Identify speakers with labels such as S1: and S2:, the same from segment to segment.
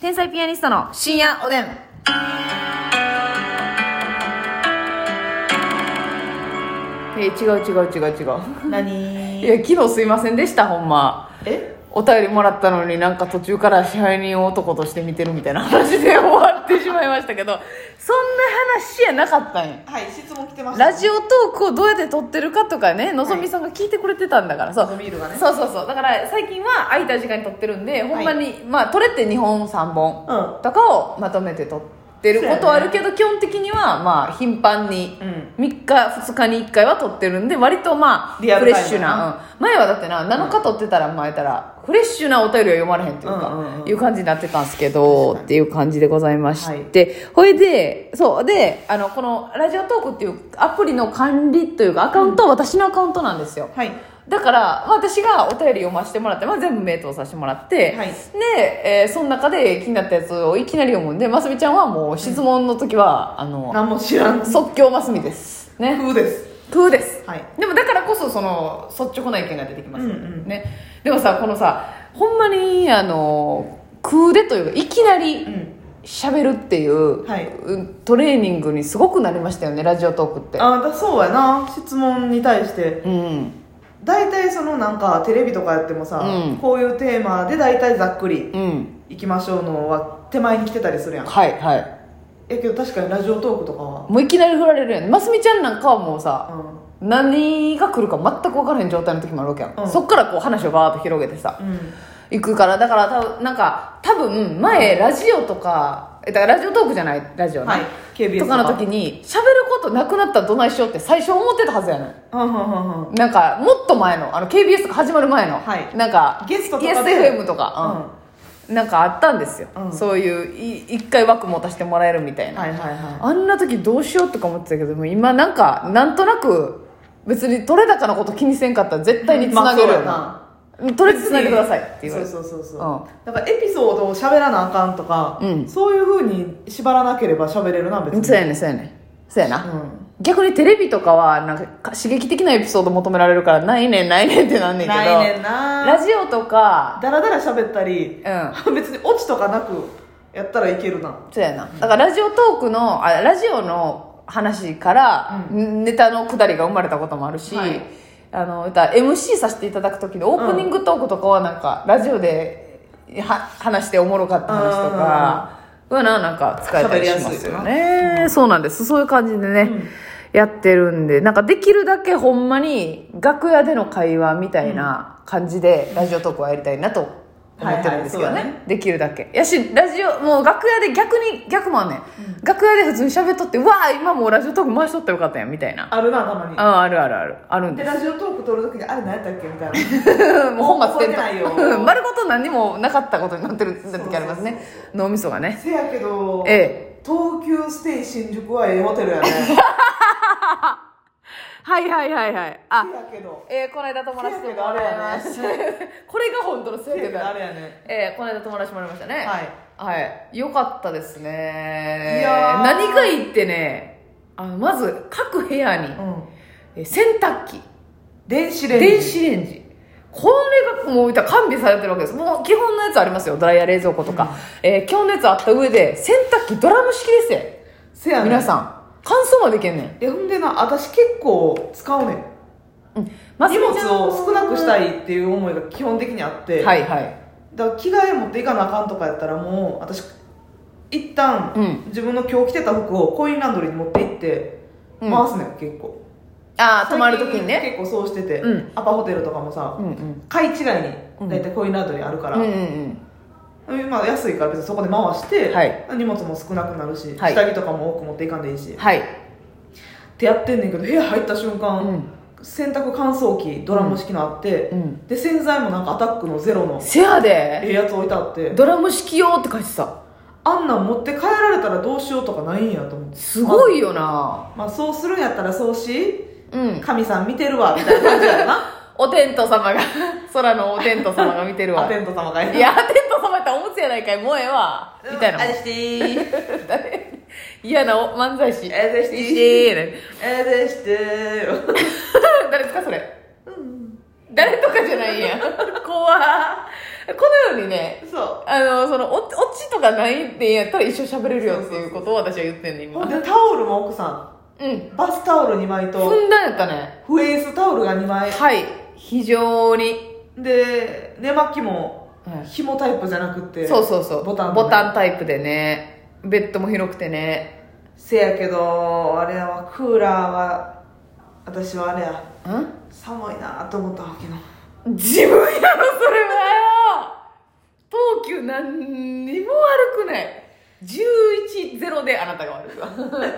S1: 天才ピアニストの深夜おでん。
S2: え違う違う違う違う。い
S1: 何
S2: や、昨日すいませんでした、ほんま。
S1: え
S2: お便りもらったのになんか途中から支配人を男として見てるみたいな話で終わってしまいましたけど、そんな話やなかったんや。
S1: はい、質問来てま
S2: ラジオトークをどうやって撮ってるかとかね、のぞみさんが聞いてくれてたんだから、そう
S1: のぞみいるわね
S2: そうそうそうだから最近は空いた時間に撮ってるんでほんまに、まあ撮れって2本3
S1: う
S2: 本とかをまとめて撮ってることはあるけど、基本的にはまあ頻繁に3日2日に1回は撮ってるんで割とまあフ
S1: リアル
S2: レ
S1: タイム
S2: ッシュな、うん前はだってな7日撮ってたら前たらフレッシュなお便りは読まれへんというか、
S1: うんうんうん
S2: いう感じになってたんですけどっていう感じでございまして。
S1: はい
S2: で、ほいで、そう、で、あの、このラジオトークっていうアプリの管理というかアカウントは私のアカウントなんですよ。
S1: はい。
S2: だから、まあ私がお便り読ませてもらって、まあ、全部名答させてもらって、
S1: はい
S2: で、えーその中で気になったやつをいきなり読むんで、ますみちゃんはもう質問の時は、あの、
S1: 何も知らん。
S2: 即興ますみです。ね。
S1: 風です。
S2: プーです。
S1: はい
S2: でもだからこそ、その、率直な意見が出てきます、
S1: うんうん
S2: ね。でもさ、このさ、ほんまに、あの、空でというか、いきなり、
S1: うん。
S2: 喋るっていう、
S1: はい
S2: うんトレーニングにすごくなりましたよねラジオトークって
S1: あ、だそうやな。質問に対して。
S2: うん
S1: 大体そのなんかテレビとかやってもさ、
S2: うん
S1: こういうテーマで大体ざっくり
S2: うん
S1: 行きましょうのは手前に来てたりするやん。
S2: はいはい
S1: え、けど確かにラジオトークとかは。
S2: もういきなり振られるやんますみちゃんなんかはもうさ
S1: うん。
S2: 何が来るか全く分からへん状態の時もあるわけやん、
S1: うん
S2: そっからこう話をバーッと広げてさ
S1: うん。
S2: 行くからだから多分なんか多分前ラジオとかえだからラジオトークじゃないラジオね、
S1: はい。KBS
S2: とかの時に喋ることなくなったらどないしようって最初思ってたはずやねん
S1: うんうんうんうん。
S2: なんかもっと前のあの KBS が始まる前の、
S1: はい
S2: なんか
S1: ゲストとかで
S2: ESFM とか、うんなんかあったんですよ、
S1: うん
S2: そういうい一回枠持たせてもらえるみたいな、
S1: はいはいは
S2: あんな時どうしようとか思ってたけどもう今なんかなんとなく別に取れ高のこと気にせんかったら絶対につなげるよな、うんとりあえずつなげてくださいって言われて
S1: そうそうそうそう、
S2: うん
S1: だからエピソードを喋らなあかんとか、
S2: うん
S1: そういうふうに縛らなければ喋れるな別に
S2: そうやねんそうやねんそうやな、
S1: うん
S2: 逆にテレビとかはなんか刺激的なエピソード求められるからないねんないねんってなんねんけど
S1: ないねんな
S2: ラジオとか
S1: だらだら喋ったり、
S2: うん
S1: 別にオチとかなくやったらいけるな
S2: そうやなだからラジオトークのあラジオの話から、ネタのくだりが生まれたこともあるし、
S1: はい
S2: あの言ったら MC させていただく時のオープニングトークとかはなんか、ラジオでは話しておもろかった話とかはななんか使えたりしますよ
S1: 喋
S2: ねそうなんですそういう感じでね、やってるんでなんかできるだけほんまに楽屋での会話みたいな感じでラジオトークはやりたいなと思ってるんですけどね,、
S1: はいはいそうだね
S2: できるだけやしラジオもう楽屋で逆に逆もあんねん、楽屋で普通に喋っとってうわあ今もうラジオトーク回しとったらよかったやんみたいな
S1: あるなたまに
S2: ああるあるあるあるん
S1: で
S2: で
S1: ラジオトーク撮るときにあれ何やったっけみたい な
S2: す もう本末
S1: 覚えて
S2: 転
S1: ないよ
S2: 倒 うん丸ごと何にもなかったことになってる時ありますね脳みそがね
S1: せやけど、
S2: ええ
S1: 東急ステイ新宿はええホテ ルやね
S2: はいはいはいはいあ
S1: せやけど
S2: えー、この間友達ともらいまし
S1: せ
S2: たこれが本当のせいで
S1: あれやね
S2: えー、この間友達もらいましたね
S1: はい
S2: はい、よかったですね
S1: いやー
S2: 何がいいってねあのまず各部屋に、
S1: うん
S2: えー洗濯機
S1: 電子レンジ
S2: 電子レンジこれがもう言ったら完備されてるわけですもう基本のやつありますよドライヤー冷蔵庫とか、えー、今日のやつあった上で洗濯機ドラム式ですよ、
S1: せやね
S2: 皆さん乾燥までいけんねん
S1: えほんでな私結構使うねん
S2: ま
S1: 荷
S2: す
S1: 物
S2: みちゃん
S1: を少なくしたいっていう思いが基本的にあって、
S2: はいはい
S1: だから着替え持っていかなあかんとかやったらもう私一旦、
S2: うん
S1: 自分の今日着てた服をコインランドリーに持って行って
S2: うん
S1: 回すねん、結構
S2: ああ泊まる時にね
S1: 最近結構そうしてて、
S2: うん
S1: アパホテルとかもさ
S2: うんうん
S1: 買い違いに大体コインランドリーあるか
S2: うんう
S1: ら、
S2: んうん
S1: まあ、安いから別にそこで回して、
S2: はい
S1: 荷物も少なくなるし、
S2: はい
S1: 下着とかも多く持っていかんでいいしっ
S2: はい
S1: てやってんねんけど部屋入った瞬間、
S2: うん
S1: 洗濯乾燥機ドラム式のあって、
S2: うん
S1: で洗剤もなんかアタックのゼロの
S2: せや
S1: え
S2: で
S1: えやつ置いてあって
S2: ドラム式用って書いてた
S1: あんなん持って帰られたらどうしようとかないんやと思って
S2: すごいよな、
S1: まあそうするんやったらそうし
S2: うん
S1: 神さん見てるわみたいな感じやな
S2: お天道様が 空のお天道様が見てるわ
S1: アテント様が
S2: いやお天道様やったらおむつやないかいもうええわみたいなもん
S1: 愛してー
S2: 嫌なお漫才師
S1: 愛し て
S2: いいね
S1: 愛してー
S2: 誰ですかそれ
S1: うん
S2: 誰とかじゃない やん怖っこのようにね
S1: そ
S2: あのそのおオチとかないってやったら一生喋れるよっていうことを私は言ってんねん
S1: う
S2: 今
S1: ほん
S2: う
S1: でタオルも奥さ
S2: ん
S1: んバスタオル2枚と
S2: 踏んだんやったね
S1: フエースタオルが2枚
S2: はい非常に、
S1: で寝巻きも
S2: はい
S1: 紐タイプじゃなくて
S2: そうそうそう
S1: ボタンのね
S2: ボタンタイプでねベッドも広くてね
S1: せやけどあれはクーラーは私はあれや
S2: ん
S1: 寒いなと思ったわけな
S2: 自分やろそれはよ東急何にも悪くない11-0であなたが悪いわ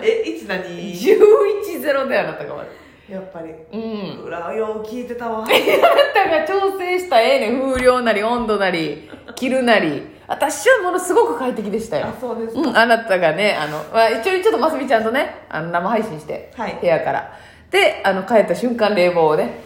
S1: えいつ何
S2: 11-0であなたが悪
S1: やっぱり
S2: いうん
S1: クーラーよう聞いてたわ
S2: あなたが調整したらええねん風量なり温度なり着るなり私はものすごく快適でしたよ
S1: あそうですか
S2: うん、あなたがねあの、まあ、一応ちょっとますみちゃんとねあの生配信して、
S1: はい
S2: 部屋からであの帰った瞬間冷房をね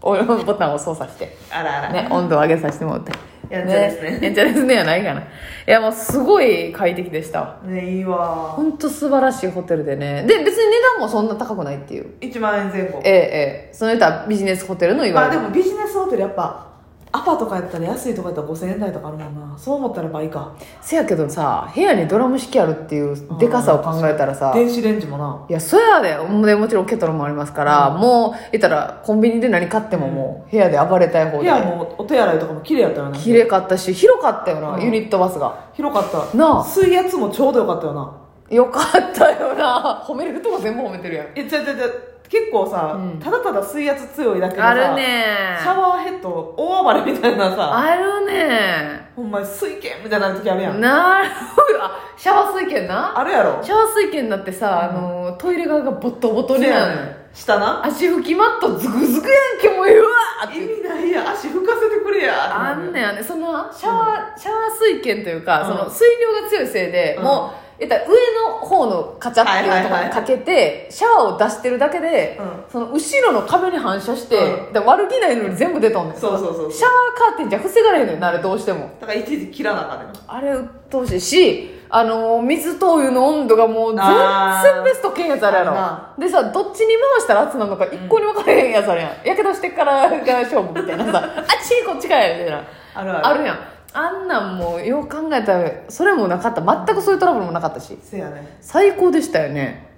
S2: おボタンを操作して、
S1: あらあら、
S2: ね、温度を上げさせてもらって
S1: やんちゃですね
S2: やんちゃですねやないかないやもうすごい快適でしたわ
S1: ねいいわ
S2: ほんと素晴らしいホテルでねで別に値段もそんな高くないっていう
S1: 1万円前後
S2: ええええその人はビジネスホテルのいわ
S1: まあ
S2: ゆ
S1: で
S2: る
S1: もビジネスホテルやっぱアパとかやったら安いとかやったら5000円台とかあるもんなそう思ったら倍か
S2: せやけどさ部屋にドラム式あるっていうでかさを考えたらさ
S1: 電子レンジもない
S2: やそやでもうねもちろんケトルもありますから、もう言ったらコンビニで何買ってももう部屋で暴れたい方
S1: 部
S2: で
S1: 屋もお手洗いとかも綺麗やったよな
S2: 綺麗かったし広かったよな、
S1: うん
S2: ユニットバスが
S1: 広かった
S2: なあ
S1: 水圧もちょうどよかったよな
S2: よかったよな褒めれるとこ全部褒めてるやん
S1: えちゃちゃちゃ結構さ、
S2: うん
S1: ただただ水圧強いだけでさ
S2: あるね
S1: シャワーヘッド大暴れみたいなさ
S2: あるね
S1: ほんまに水拳みたいな時あるやん
S2: なるほどあシャワー水券な
S1: あるやろ
S2: シャワー水券だってさ、あのトイレ側がボットボトになのよ
S1: 下な
S2: 足拭きマットズクズクやんけもうええわーって
S1: 意味ないやん足拭かせてくれや
S2: あんねんあんねんそのシャワー、シャワー水券というか、
S1: うん
S2: その水量が強いせいで、
S1: うん
S2: もう、えったら上の方のカチャっていうところにかけて、シャワーを出してるだけで、
S1: うん
S2: その後ろの壁に反射して、
S1: う
S2: だから悪気ないのに全部出とんねん。シャ
S1: そうそうそうそう
S2: ワーカーテンじゃ防がれへんねんな、あれどうしても。
S1: だから一時切らなあかんねん
S2: あれ、鬱陶しいし、あのー水灯油の温度がもう全
S1: あー
S2: 然ベストけんやつあるや
S1: あるな
S2: ろ。でさ、どっちに回したら熱なのか一向に分からへんやつあるやん。やけどしてからが勝負みたいな さ、あっちこっちかいみたいな。
S1: あるある
S2: あるやんあんなんもうよう考えたらそれもなかった全くそういうトラブルもなかったし
S1: せやね
S2: 最高でしたよね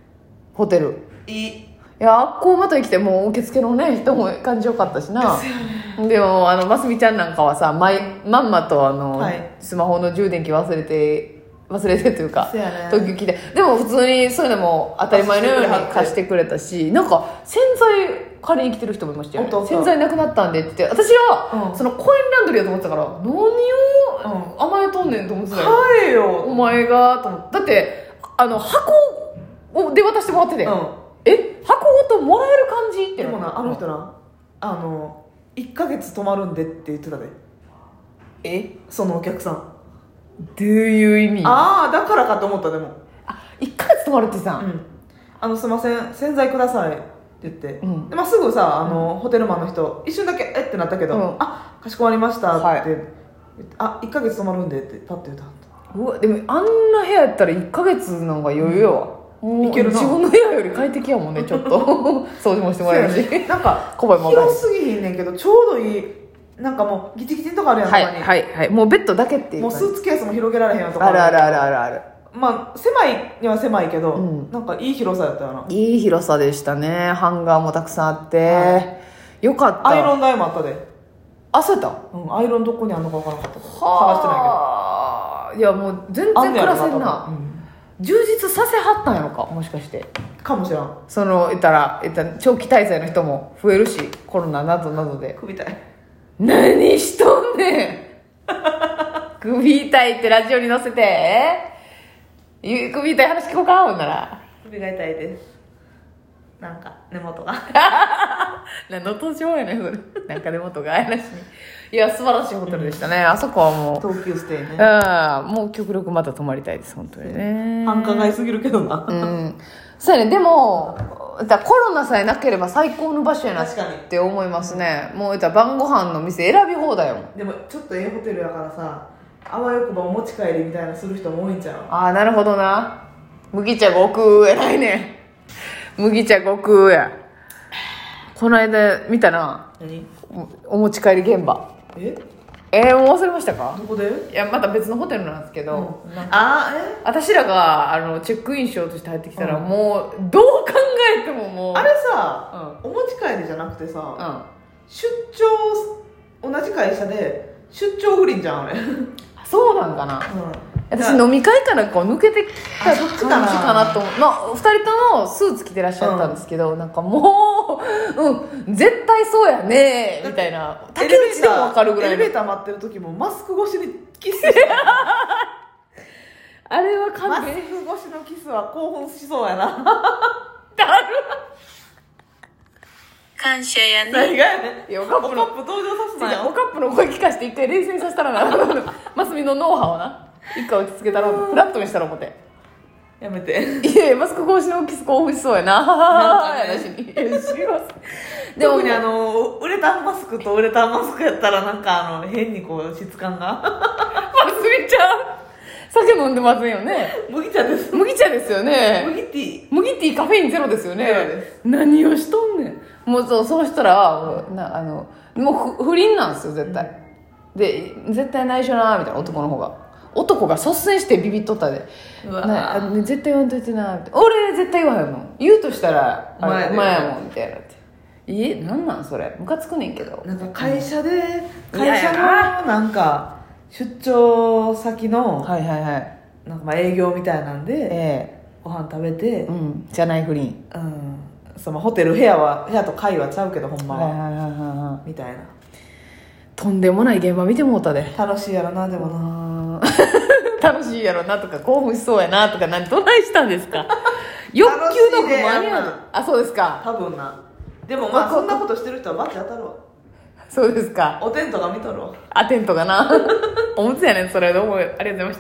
S2: ホテル
S1: いい
S2: いやあっこうまた生きてもう受付のね人も感じよかったしなでもあのますみちゃんなんかはさまいまんまとあの、
S1: はい
S2: スマホの充電器忘れて忘れてというか
S1: せやね
S2: 特急来てでも普通にそういうのも当たり前のように貸
S1: 貸
S2: し
S1: して
S2: くれたしなんか洗剤借りに来てる人もいましたよ、
S1: おっとおっと
S2: 洗剤なくなったんでって言って私は、
S1: うん
S2: そのコインランドリーだと思ってたから何を甘えとんねんと思ってたよ、
S1: 帰れ
S2: お
S1: よ
S2: 前がと思ってだってあの箱をで渡してもらってて、
S1: うん
S2: え箱ごともらえる感じって
S1: で
S2: な
S1: もなあの人なあの1ヶ月泊まるんでって言ってたで
S2: え
S1: そのお客さん
S2: どういう意味あ
S1: ああだからかと思ったでも
S2: 一1ヶ月泊まるって
S1: う
S2: さ、
S1: んあのすいません洗剤くださいって言って、
S2: うん
S1: でまあ、すぐさあの、ホテルマンの人一瞬だけえってなったけど、
S2: うん
S1: あかしこまりましたって、
S2: はい
S1: 言ってあ一1ヶ月泊まるんでってパッて言った
S2: うわでもあんな部屋やったら1ヶ月なんか余裕やわ、もう
S1: いけるな
S2: 自分の部屋より快適や もんねちょっと掃除もしてもらえるし、
S1: そうやねなんか
S2: 小林も
S1: 広すぎひんねんけどちょうどいいなんかもうギチギチのとこあるやん、
S2: はい
S1: たまに
S2: はいはいもうベッドだけっていう
S1: もうスーツケースも広げられへんやんとか
S2: あるあるあるあるある
S1: まあ狭いには狭いけど、
S2: うん
S1: なんかいい広さやったよない
S2: い広さでしたねハンガーもたくさんあって、よかった
S1: アイロン台もあったで、
S2: あそうやった
S1: うん、アイロンどこにあんのか分からなかったから探してないけど
S2: はあいやもう全然
S1: あんね
S2: 暮
S1: やろ
S2: らせんな
S1: 多分うん
S2: 充実させはったんやろかもしかして
S1: かもしらん
S2: その言ったら言ったら長期滞在の人も増えるしコロナなどなどで
S1: 首痛い
S2: 何しとん ねん首痛いってラジオに載せてゆ首痛い話聞こうかほんなら
S1: 首が痛いですなんか根元が
S2: 何の登場やねんそれなんかでもとか話にいや素晴らしいホテルでしたね、あそこはもう
S1: 東急ステイね
S2: あもう極力また泊まりたいです本当にね
S1: 繁華街すぎるけどな、
S2: うんそうやねでもだコロナさえなければ最高の場所やなっ
S1: 確かに
S2: て思いますねもう言ったら晩ご飯の店選び放題やもん
S1: でもちょっとええホテルやからさあわよくばお持ち帰りみたいなのする人も多いんちゃう
S2: ああなるほどな麦茶悟空偉いね麦茶悟空やこの間見たな
S1: 何
S2: お持ち帰り現場
S1: え
S2: えー、もう忘れましたか
S1: どこで
S2: いやまた別のホテルなんですけど、
S1: うんなん
S2: あ私らがあのチェックインしようとして入ってきたら、
S1: うん
S2: もうどう考えてももう
S1: あれさ、お持ち帰りじゃなくてさ、
S2: うん
S1: 出張同じ会社で出張不倫じゃんあれ、うん、
S2: そうなんかな私飲み会からこう抜けてきた
S1: あそっ
S2: 感
S1: ち
S2: じ
S1: か
S2: か
S1: な
S2: なと思う、まあ、2人ともスーツ着てらっしゃったんですけど、なんかもう、うん、絶対そうやねみたいな竹内でも分かるぐら
S1: エ
S2: い
S1: レ
S2: の
S1: ベーター待ってる時もマスク越しにキス してた
S2: あれは
S1: マ
S2: 完
S1: ス
S2: 全
S1: ク
S2: に
S1: 越しのキスは興奮しそうやな
S2: だる
S3: 感謝やね。
S1: 何がやね
S2: いやお
S1: カ
S2: カップ
S1: ップ
S2: の
S1: 登場させた
S2: 違うお
S1: よ
S2: カップの声聞かして一回冷静にさせたらなマスミのノウハウをな 一回落ち着けたらフラットにしたら思って
S1: やめて
S2: いやいやマスク越しのキス興奮しそうやな
S1: なんか ね
S2: 私にいや知りませんでも
S1: 特にあのウレタンマスクとウレタンマスクやったらなんかあの変にこう質感が
S2: マスミちゃん酒飲んでませんよね
S1: 麦茶です
S2: 麦茶ですよね
S1: 麦ティー
S2: 麦ティーカフェインゼロですよね
S1: ゼロで
S2: 何をしとんねんもうそうそうしたらもうなあのもうふ不倫なんですよ絶対、で絶対内緒なみたいな男の方が男が率先してビビっとったで
S1: うわ
S2: なあね絶対言わんといてなみたいな俺絶対言わへんもん言うとしたらあ
S1: 前
S2: れ
S1: で
S2: お前やもんみたいなってえなんなんそれムカつくねんけど
S1: なんか会社で
S2: いや
S1: 会
S2: いや
S1: 社のなんか出張先の
S2: はいはいはい
S1: なんかまあ営業みたいなんで
S2: え
S1: ご飯食べて
S2: えうんじゃない不倫
S1: うんそのホテル部屋は部屋と会はちゃうけどほんま
S2: はいはい
S1: は
S2: はいはいは
S1: みたいない
S2: とんでもない現場見てもうたで
S1: 楽しいやろなでもな
S2: あー 楽しいやろなとか興奮しそうやなとか何どないしたんです か欲求の不満
S1: 楽しいでや
S2: や
S1: ん
S2: な
S1: な
S2: あそうですか
S1: 多分なでもまあそんなことしてる人はバチ当たるわ
S2: そうですか
S1: おテントが見とるわ
S2: アテントかなおむつやねんそれどうもありがとうございました